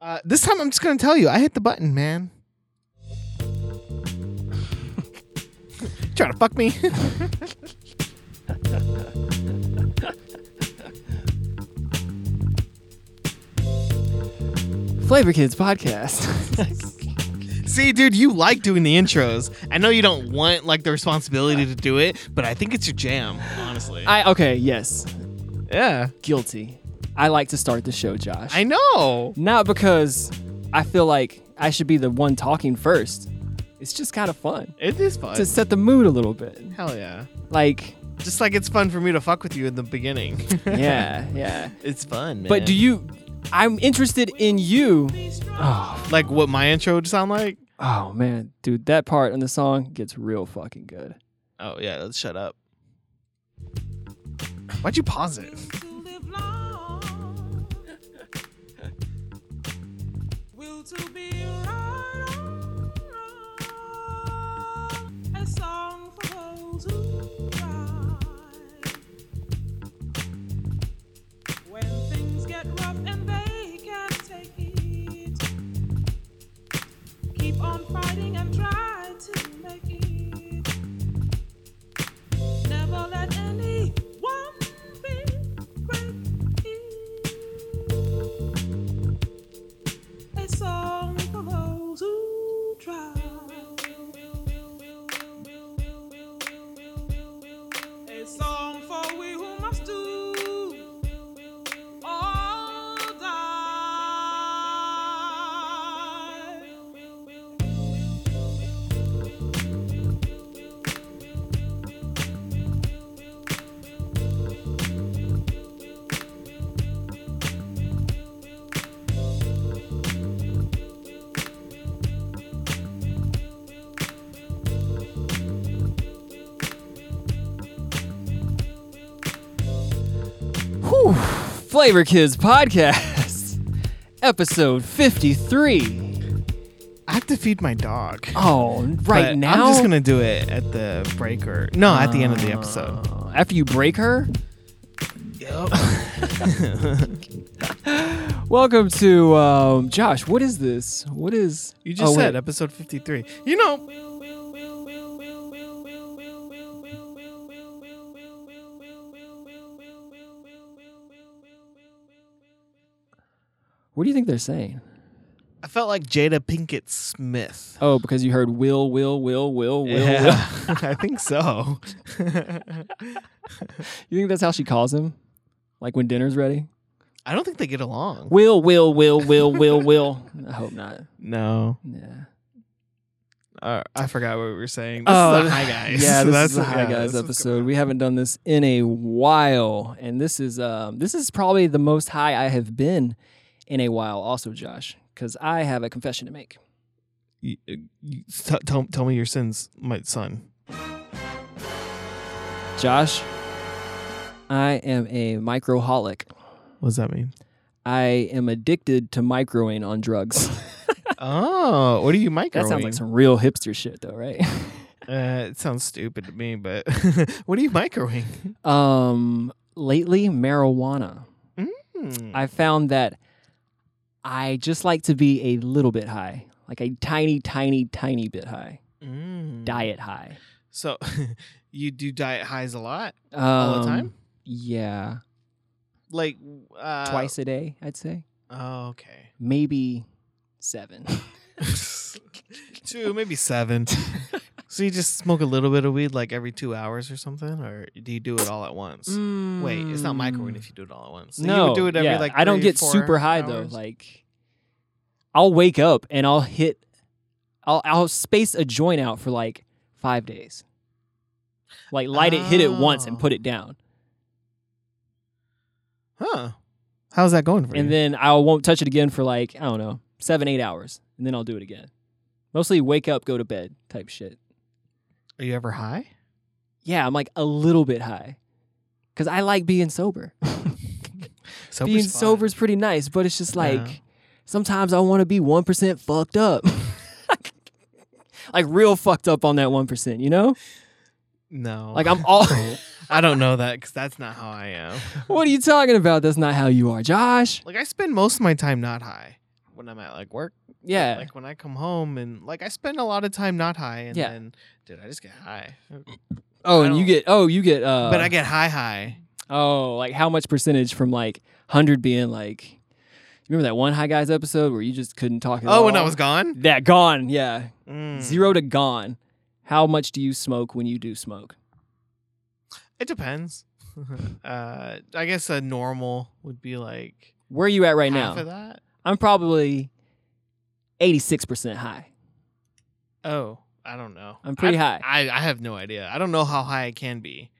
Uh, this time I'm just gonna tell you, I hit the button, man. Trying to fuck me? Flavor Kids podcast. See, dude, you like doing the intros. I know you don't want like the responsibility to do it, but I think it's your jam, honestly. I okay, yes, Uh, yeah, guilty. I like to start the show, Josh. I know. Not because I feel like I should be the one talking first. It's just kind of fun It is fun. to set the mood a little bit. Hell yeah. Like, Just like it's fun for me to fuck with you in the beginning. yeah, yeah. it's fun, man. But do you? I'm interested in you. Oh, f- like what my intro would sound like? oh man, dude, that part in the song gets real fucking good. Oh yeah, let's shut up. Why'd you pause it? Keep on fighting and try to make it. Never let anyone be great. A song for those who try. A song for we who must do all die. Whew. Flavor Kids podcast, episode 53. I have to feed my dog. Oh, right But now. I'm just gonna do it at the break or no, at the end of the episode. Uh, after you break her. Welcome to um, Josh. What is this? What is You just oh, said wait. episode 53. You know, What do you think they're saying? I felt like Jada Pinkett Smith. Oh, because you heard will, will, will, will, will, will. Yeah, I think so. You think that's how she calls him? Like when dinner's ready? I don't think they get along. Will, will, will, will, will, will. I hope not. No, Yeah. Uh, I forgot what we were saying. This is the Hi Guys. Oh, Yeah, this That's- is the Hi Oh, yeah, Guys this is- episode. We haven't done this in a while, and this is um, this is probably the most high I have been in a while. Also, Josh, because I have a confession to make. You- you- t- tell, tell me your sins, my son. Josh, I am a microholic. What does that mean? I am addicted to microing on drugs. Oh, what are you microwaving? that sounds like some real hipster shit, though, right? Uh, it sounds stupid to me, but what are you microwaving? um, lately, marijuana. Hmm. I found that I just like to be a little bit high, like a tiny, tiny, tiny bit high, Mm. diet high. So you do diet highs a lot, Um, All the time? Yeah, like uh, twice a day, I'd say. Oh, okay, Maybe seven. two, maybe seven. so you just smoke a little bit of weed like every two hours or something, or do you do it all at once? Wait, it's not Hmm. microwaving if you do it all at once. So you Mm. no, would do it every yeah, like. I don't three, get four super high hours? though. Like, I'll wake up and I'll hit, I'll I'll space a joint out for like five days. Like light it, hit it once, and Oh. put it down, huh? How's that going for you? and then I won't touch it again for like I don't know seven eight hours, and then I'll do it again. Mostly wake up, go to bed type shit. are you ever high? Yeah, I'm like a little bit high, cause I like being sober. Sober's being fun. sober is pretty nice, but it's just like Yeah. sometimes I want to be one percent fucked up, like real fucked up on that one percent. You know, No, like I'm all. I don't know that because that's not how I am. what are you talking about? That's not how you are, Josh. Like I spend most of my time not high. When when I'm at like work. Yeah. Like when I come home and like I spend a lot of time not high and Yeah. then dude, I just get high. oh, I and you don't- get oh you get uh but I get high high. oh like how much percentage from like hundred being like you remember that one high guys episode where you just couldn't talk at Oh, when I all? was gone? that gone yeah Mm. zero to gone. How much do you smoke when you do smoke? It depends. uh I guess a normal would be like Where are you at right half of now? that. I'm probably eighty six percent high. Oh, I don't know. I'm pretty I- high. I, I have no idea. I don't know how high I can be.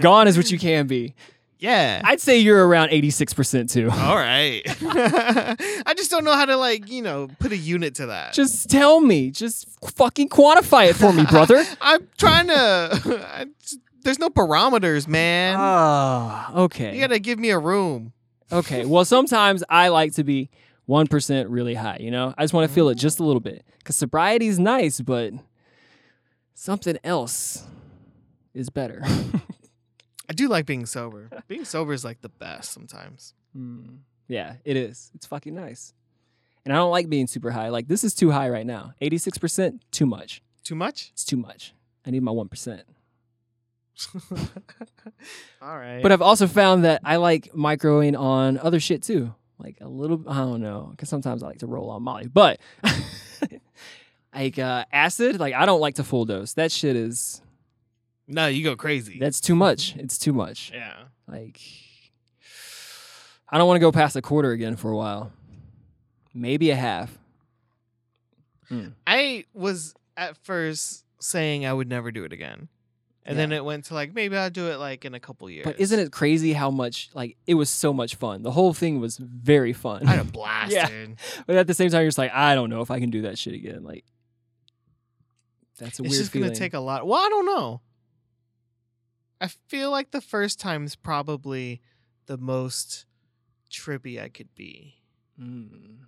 Gone is what you can be. Yeah. I'd say you're around eighty six percent too. All right. I just don't know how to like, you know, put a unit to that. Just tell me. Just fucking quantify it for me, brother. I'm trying to I just- There's no barometers, man. Ah, you okay. got to give me a room. Okay. Well, sometimes I like to be one percent really high. You know, I just want to feel it just a little bit because sobriety is nice, but something else is better. I do like being sober. Being sober is like the best sometimes. Mm. Yeah, it is. It's fucking nice. And I don't like being super high. Like this is too high right now. 86%, too much. Too much? It's too much. I need my 1%. All right. But uh, I've also found that I like microing on other shit too. Like a little I don't know, cuz sometimes I like to roll on Molly. But like uh acid, like I don't like to full dose. That shit is no, you go crazy. that's too much. It's too much. yeah. Like I don't want to go past a quarter again for a while. Maybe a half. I was at first saying I would never do it again. And then Yeah. it went to like maybe I'll do it like in a couple years. But isn't it crazy how much like it was so much fun? The whole thing was very fun. I had a blast, Yeah. dude. but at the same time, you're just like, I don't know if I can do that shit again. Like, that's a It's weird just feeling. gonna take a lot. Well, I don't know. I feel like the first time's probably the most trippy I could be. Mm.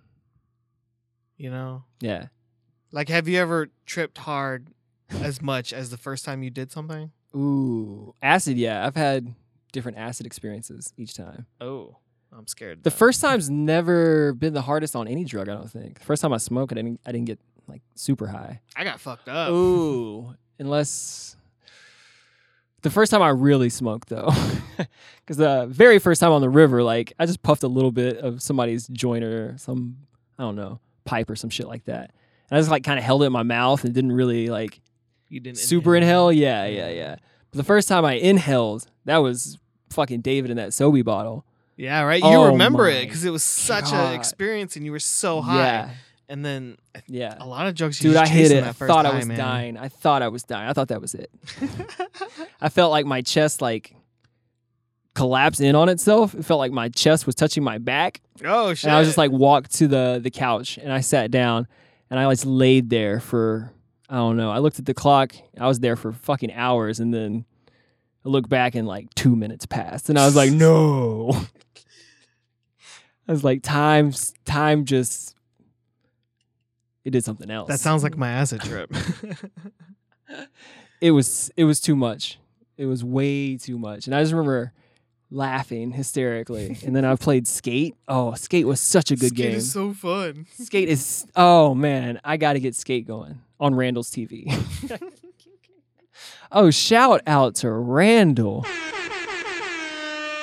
You know, Yeah. like have you ever tripped hard as much as the first time you did something? Ooh, acid. Yeah, I've had different acid experiences each time. Oh, I'm scared. of The that. first time's never been the hardest on any drug. I don't think. The first time I smoked, I didn't. I didn't get like super high. I got fucked up. Ooh, unless the first time I really smoked though, because the very first time on the river, like I just puffed a little bit of somebody's joint or some I don't know pipe or some shit like that, and I just like kind of held it in my mouth and didn't really like you didn't super inhale. Yeah, yeah, yeah. But the first time I inhaled, that was fucking David in that Sobe bottle. Yeah, right. You Oh remember it my because it was such God. an experience, and you were so high. Yeah, And then I- yeah. a lot of drugs. you Dude, I just hit chasing it. I That first thought I high, was man. dying. I thought I was dying. I thought that was it. I felt like my chest like collapsed in on itself. It felt like my chest was touching my back. oh shit! And I was just like walked to the the couch and I sat down and I just laid there for I don't know. I looked at the clock. I was there for fucking hours and then I looked back and like two minutes passed and I was like, no. I was like, time time just it did something else. that sounds like my acid trip. it was it was too much. It was way too much. And I just remember laughing hysterically. and then I played Skate. Oh, Skate was such a good Skate game. is so fun. skate is oh man, I got to get Skate going on Randall's TV. oh, shout out to Randall.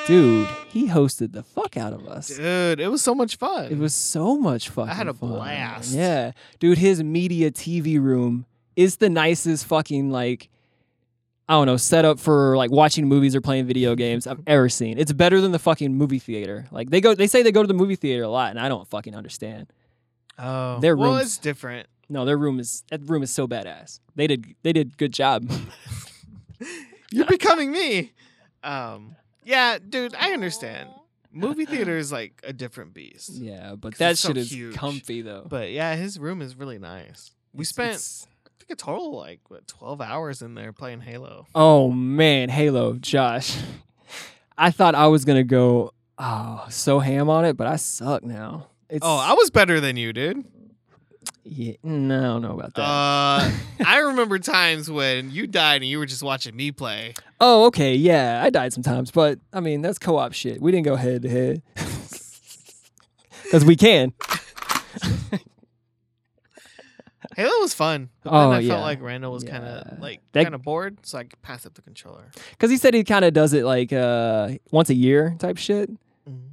Dude, he hosted the fuck out of us. Dude, it was so much fun. It was so much fucking. had a fun. blast. Yeah, dude, his media TV room is the nicest fucking like. I don't know, setup for like watching movies or playing video games I've ever seen. It's better than the fucking movie theater. Like they go, they say they go to the movie theater a lot, and I don't fucking understand. oh, their well, rooms- it's different. No, their room is that room is so badass. They did they did good job. You're becoming me. Um, yeah, dude, I understand. Movie theater is like a different beast. yeah, but 'Cause that it's so shit is huge. comfy though. But yeah, his room is really nice. We It's- spent it's- I think a total like what 12 hours in there playing Halo. Oh man, Halo, Josh. I thought I was gonna go oh so ham on it, but I suck now. It's Oh, I was better than you, dude. yeah, no, I don't know about that. Uh, I remember times when you died and you were just watching me play. oh, okay, yeah, I died sometimes, but I mean that's co-op shit. We didn't go head to head. because we can. Halo was fun. But Oh, then I yeah. felt like Randall was kind Yeah. of like That- kind of bored, so I passed up the controller. Because he said he kind of does it like uh, once a year type shit.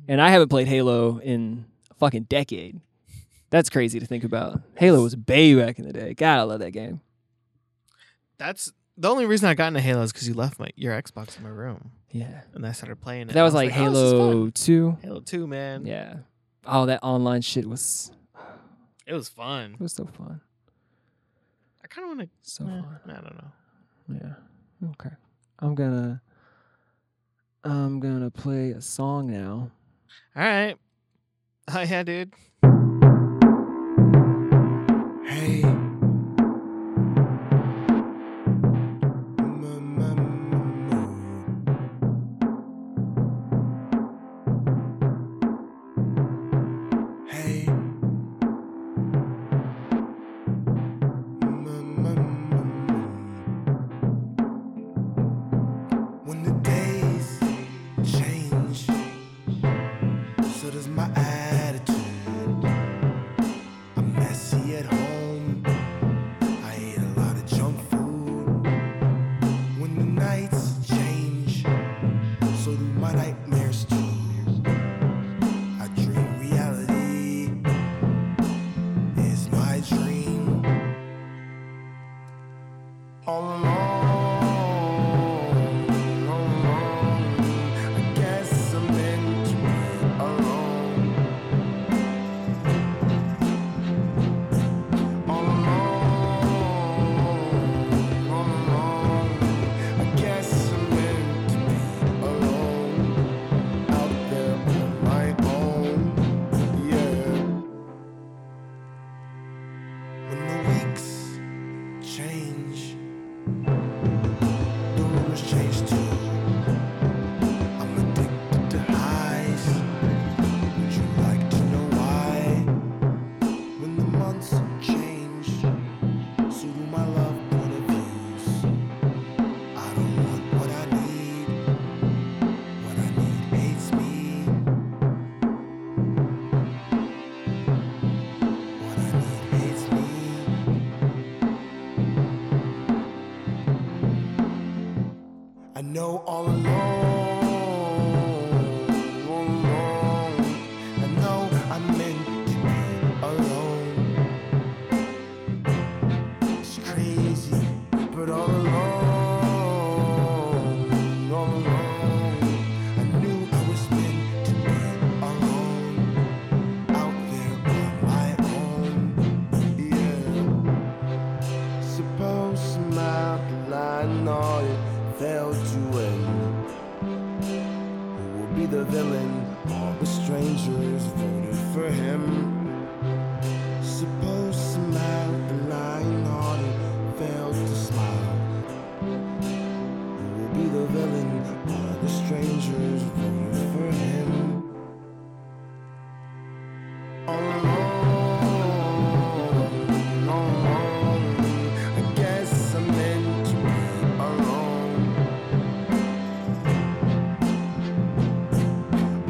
And I haven't played Halo in a fucking decade. That's crazy to think about. Halo was bae back in the day. God, I love that game. That's the only reason I got into Halo is because you left my your Xbox in my room, Yeah. and I started playing it. That I was like "Oh, this is fun." Halo 2. Halo Two, man. Yeah. Oh, that online shit was It was fun. it was so fun. I kind of want So to. fun. I don't know. Yeah. Okay. I'm gonna I'm gonna play a song now. All right. Oh, yeah, dude. Hey. Mama. Hey. Mama. When the days change, so does my attitude. I'm messy at home. I eat a lot of junk food. When the nights change, so do my nightmares too. I dream reality is my dream. All alone, all alone. I guess I'm meant to be alone. All alone, all alone. I guess I'm meant to be alone out there on my own, yeah. When the weeks change, the rumors change too. I'm addicted to highs. Would you like to know why? when the months change. So do my love point of views. I don't want what I need. What I need hates me. What I need hates me. I know all alone, all alone. I know I'm meant to be alone. It's crazy, but all alone, all alone. I knew I was meant to be alone, out there on my own. Yeah. Suppose somehow that I know it failed to end. Who will be the villain? All the strangers voted for him. Suppose somehow the lying hearted fails to smile. Who will be the villain? All the strangers voted for him. All alone, all alone. I guess I'm meant to be alone.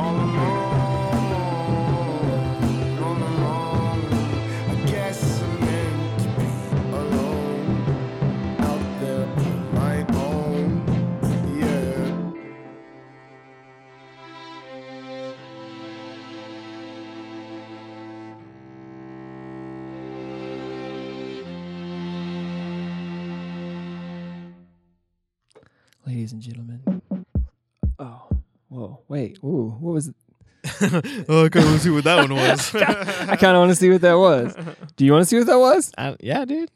All alone, all alone. I guess I'm meant to be alone, out there on my own, yeah. Ladies and gentlemen. Oh. Whoa. Wait. Ooh. What was oh, I kind of want to see what that one was. I kinda wanna see what that was. Do you wanna see what that was? I- yeah, dude.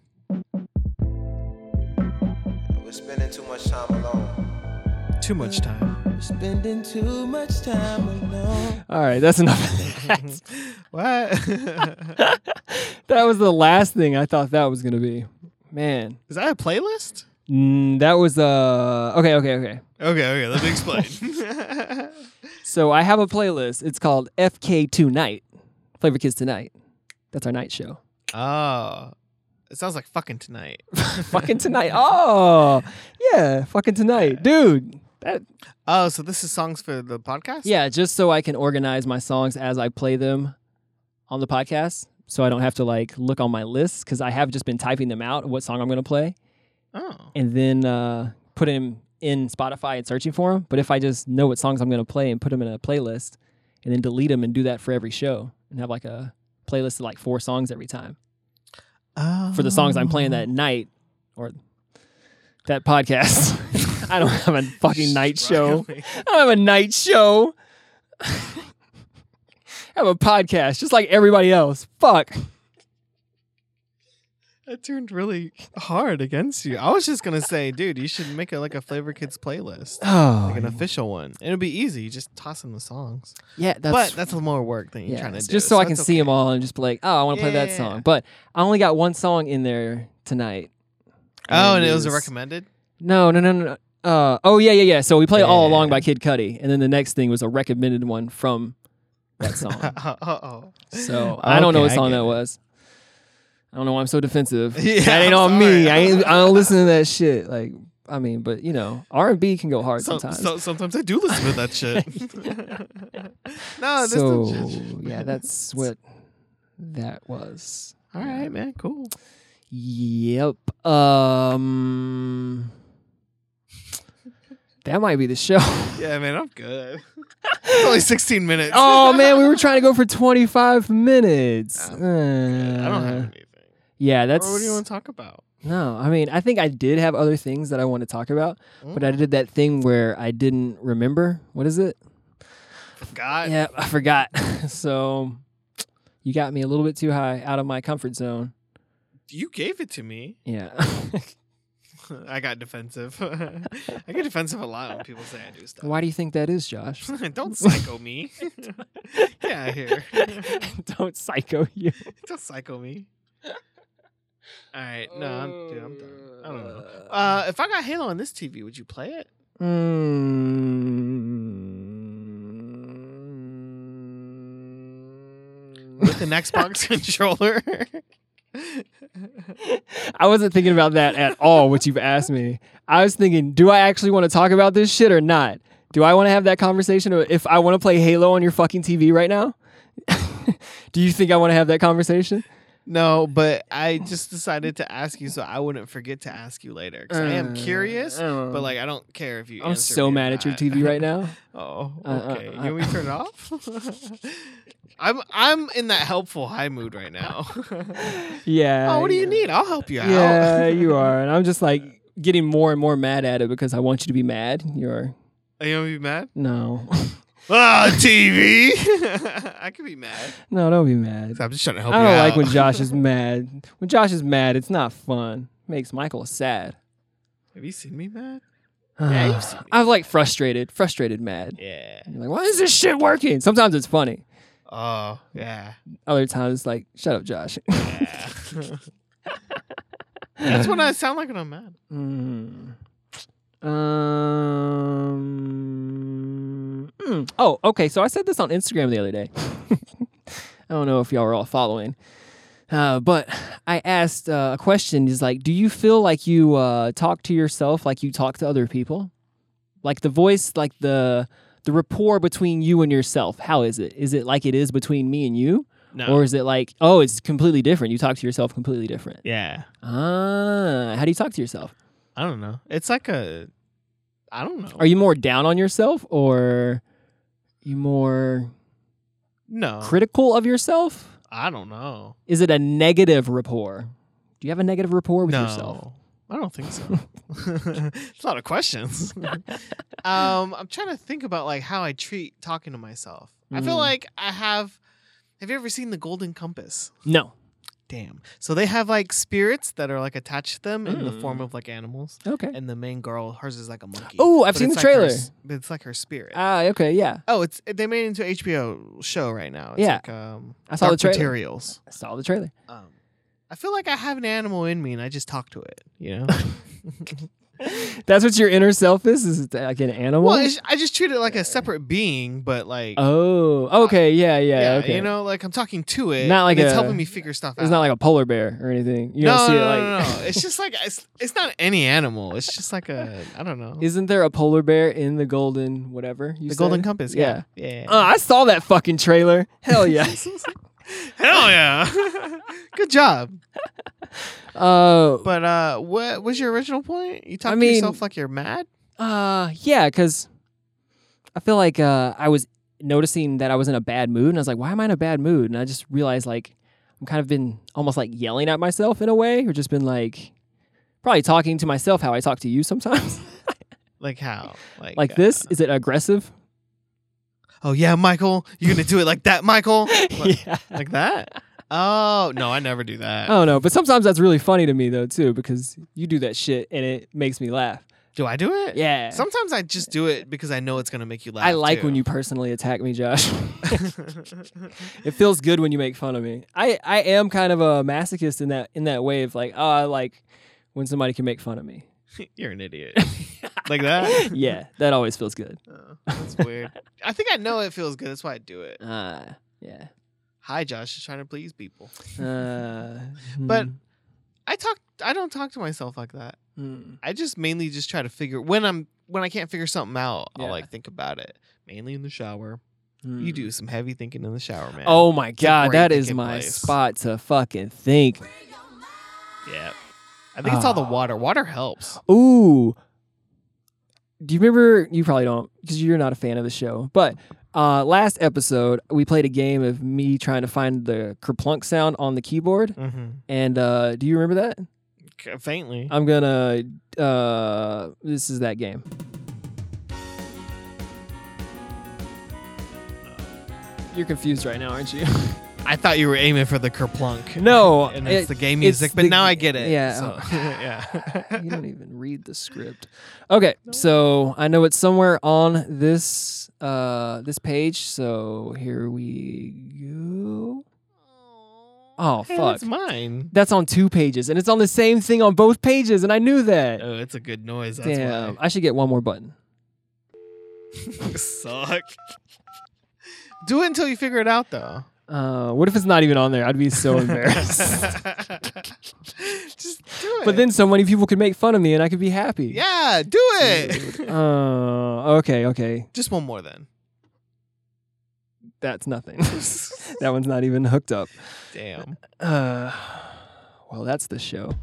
We're spending too much time alone. Too much time. We're spending too much time alone. All right, that's enough of that. What? That was the last thing I thought that was gonna be. Man, Is that a playlist? mm, that was uh okay, okay, okay. Okay, okay, let me explain. So I have a playlist. It's called FK Tonight, Flavor Kids Tonight. That's our night show. oh, it sounds like fucking tonight. fucking tonight. Oh, yeah, fucking tonight, dude. That Oh, so this is songs for the podcast? yeah, just so I can organize my songs as I play them. on the podcast, so I don't have to like look on my lists because I have just been typing them out what song I'm going to play, Oh. and then uh, put them in Spotify and searching for them. But if I just know what songs I'm going to play and put them in a playlist, and then delete them and do that for every show, and have like a playlist of like four songs every time for the songs I'm playing Oh. that night or that podcast. I don't have a Oh, fucking night show. I don't have a night show. I have a podcast just like everybody else. Fuck. That turned really hard against you. I was just gonna say, dude, you should make a like a Flavor Kids playlist, Oh. like an official one. It'll be easy. You just toss in the songs. yeah, that's but that's a more work than you're yeah, trying to it's do. just so, I can that's see them okay. all and just be like, "Oh, I want to play that Yeah. song." But I only got one song in there tonight. Oh, and it was a is- recommended. No, no, no, no. no. Uh, oh yeah, yeah, yeah. So we played All Yeah. Along by Kid Cudi, and then the next thing was a recommended one from that song. Uh oh. So I don't know Okay, what I song get that it. was. I don't know why I'm so defensive. Yeah, that ain't I'm on me. sorry. I ain't, I don't listen to that shit. Like I mean, but you know, R and B can go hard So, sometimes. so sometimes I do listen to that shit. no, oh, this So, is yeah, that's what that was. all right, man. Cool. Yep. Um. That might be the show. Yeah, man, I'm good. it's only 16 minutes. oh man, we were trying to go for 25 minutes. Oh, I don't have Uh, anything. Yeah, that's. Or what do you want to talk about? No, I mean, I think I did have other things that I want to talk about, but Mm. I did that thing where I didn't remember. What is it? God. yeah, I forgot. so you got me a little bit too high out of my comfort zone. You gave it to me. Yeah. I got defensive. I get defensive a lot when people say I do stuff. Why do you think that is, Josh? Don't psycho me. Get out of here. Don't psycho you. Don't psycho me. All right. No, I'm, dude, I'm done. I don't know. Uh, if I got Halo on this TV, would you play it? Hmm. Mm. With an Xbox controller? I wasn't thinking about that at all, what you've asked me. I was thinking, do I actually want to talk about this shit or not? Do I want to have that conversation or if I want to play Halo on your fucking TV right now? do you think I want to have that conversation? no, but I just decided to ask you so I wouldn't forget to ask you later. 'cause I am curious, Uh, but like I don't care if you. I'm answer so me or mad at your not. TV right now. Oh, Uh, uh, okay. uh, you want me to turn it off? I'm I'm in that helpful high mood right now. Yeah. oh, what do you yeah. need? I'll help you out. Yeah, you are. And I'm just like getting more and more mad at it because I want you to be mad. You're Are you gonna be mad? no. Ah, TV. I could be mad. no, don't be mad. I'm just trying to help I you don't out. like when Josh is mad. When Josh is mad, it's not fun. Makes Michael sad. Have you seen me mad? Yeah, you've seen me. I'm like frustrated, frustrated mad. Yeah. You're like, why is this shit working? Sometimes it's funny. Oh, yeah. Other times it's like, shut up, Josh. yeah. That's what I sound like when I'm mad. Mm. Um. mm. Oh, okay. So I said this on Instagram the other day. I don't know if y'all were all following, uh, but I asked uh, a question. Is like, do you feel like you uh, talk to yourself like you talk to other people? Like the voice, like the the rapport between you and yourself. How is it? Is it like it is between me and you, No. or is it like, oh, it's completely different? You talk to yourself completely different. yeah. Ah, how do you talk to yourself? I don't know. It's like a. I don't know. Are you more down on yourself or you more No. critical of yourself? I don't know. Is it a negative rapport? Do you have a negative rapport with yourself? I don't think so. it's a lot of questions. um, I'm trying to think about like how I treat talking to myself. I feel Mm. like I have. Have you ever seen the Golden Compass? No. Damn. So they have like spirits that are like attached to them in the Mm. form of like animals. Okay. And the main girl, hers is like a monkey. Oh, I've But seen it's the like her trailer. s- but it's like her spirit. Ah, okay, yeah. oh, it's they made it into a HBO show right now. It's Yeah. like, um, I saw the Dark trailer. Materials. I saw the trailer. Um, I feel like I have an animal in me, and I just talk to it. You know. That's what your inner self is? Is it like an animal? Well, it's, I just treat it like a separate being, but like, oh, okay, yeah, yeah, yeah, okay. you know, like I'm talking to it. Not like and it's a- helping me figure stuff out. it's not like a polar bear or anything. You no, don't see no, it no, like no, no. It's just like it's, it's not any animal. It's just like a I don't know. Isn't there a polar bear in the golden whatever? You the said? Golden Compass? Yeah, yeah. Uh, I saw that fucking trailer. Hell yeah. Hell yeah. Good job. Uh, But uh what was your original point? You talk I to mean- yourself like you're mad? Uh, yeah, because I feel like uh, I was noticing that I was in a bad mood, and I was like, "Why am I in a bad mood?" And I just realized like I'm kind of been almost like yelling at myself in a way, or just been like probably talking to myself how I talk to you sometimes, Like how? Like like uh, this. Is it aggressive? Oh yeah, Michael, you're gonna do it like that, Michael? Like- yeah. like that? Oh no, I never do I that. don't know, but sometimes that's really funny to me though too, because you do that shit and it makes me laugh. Do I do it? Yeah. Sometimes I just do it because I know it's gonna make you laugh. I like too. when you personally attack me, Josh. It feels good when you make fun of me. I, I am kind of a masochist in that in that way of like, oh, I like when somebody can make fun of me. You're an idiot. like that? yeah, that always feels good. Oh, that's weird. I think I know it feels good. That's why I do it. Uh, yeah. Hi, Josh. Just trying to please people. Uh, But- I talk. I don't talk to myself like that. mm, I just mainly just try to figure when I'm when I can't figure something out. Yeah. I'll like think about it. Mainly in the shower. mm, You mm. do some heavy thinking in the shower, man. Oh my a god, great that is thinking my place. spot to fucking think. yeah. I think it's all the Ah. water. Water helps. Ooh. Do you remember? You probably don't because you're not a fan of the show. But uh, last episode, we played a game of me trying to find the kerplunk sound on the keyboard. Mm-hmm. And uh, do you remember that? Faintly. I'm gonna. Uh, this is that game. You're confused right now, aren't you? I thought you were aiming for the kerplunk. No, and it's it- the gay it's music, but the- now I get it. yeah. so- yeah. you don't even read the script. Okay, so I know it's somewhere on this uh this page. So here we go. Oh Hey, fuck, It's mine. that's on two pages, and it's on the same thing on both pages, and I knew that. Oh, it's a good noise. That's Damn, I should get one more button. why. Suck. Do it until you figure it out, though. Uh, what if it's not even on there? I'd be so embarrassed. Just do it. but then so many people could make fun of me, and I could be happy. yeah, do it. Uh, okay, okay. Just one more then. That's nothing. that one's not even hooked up. Damn. Uh, well, that's the show.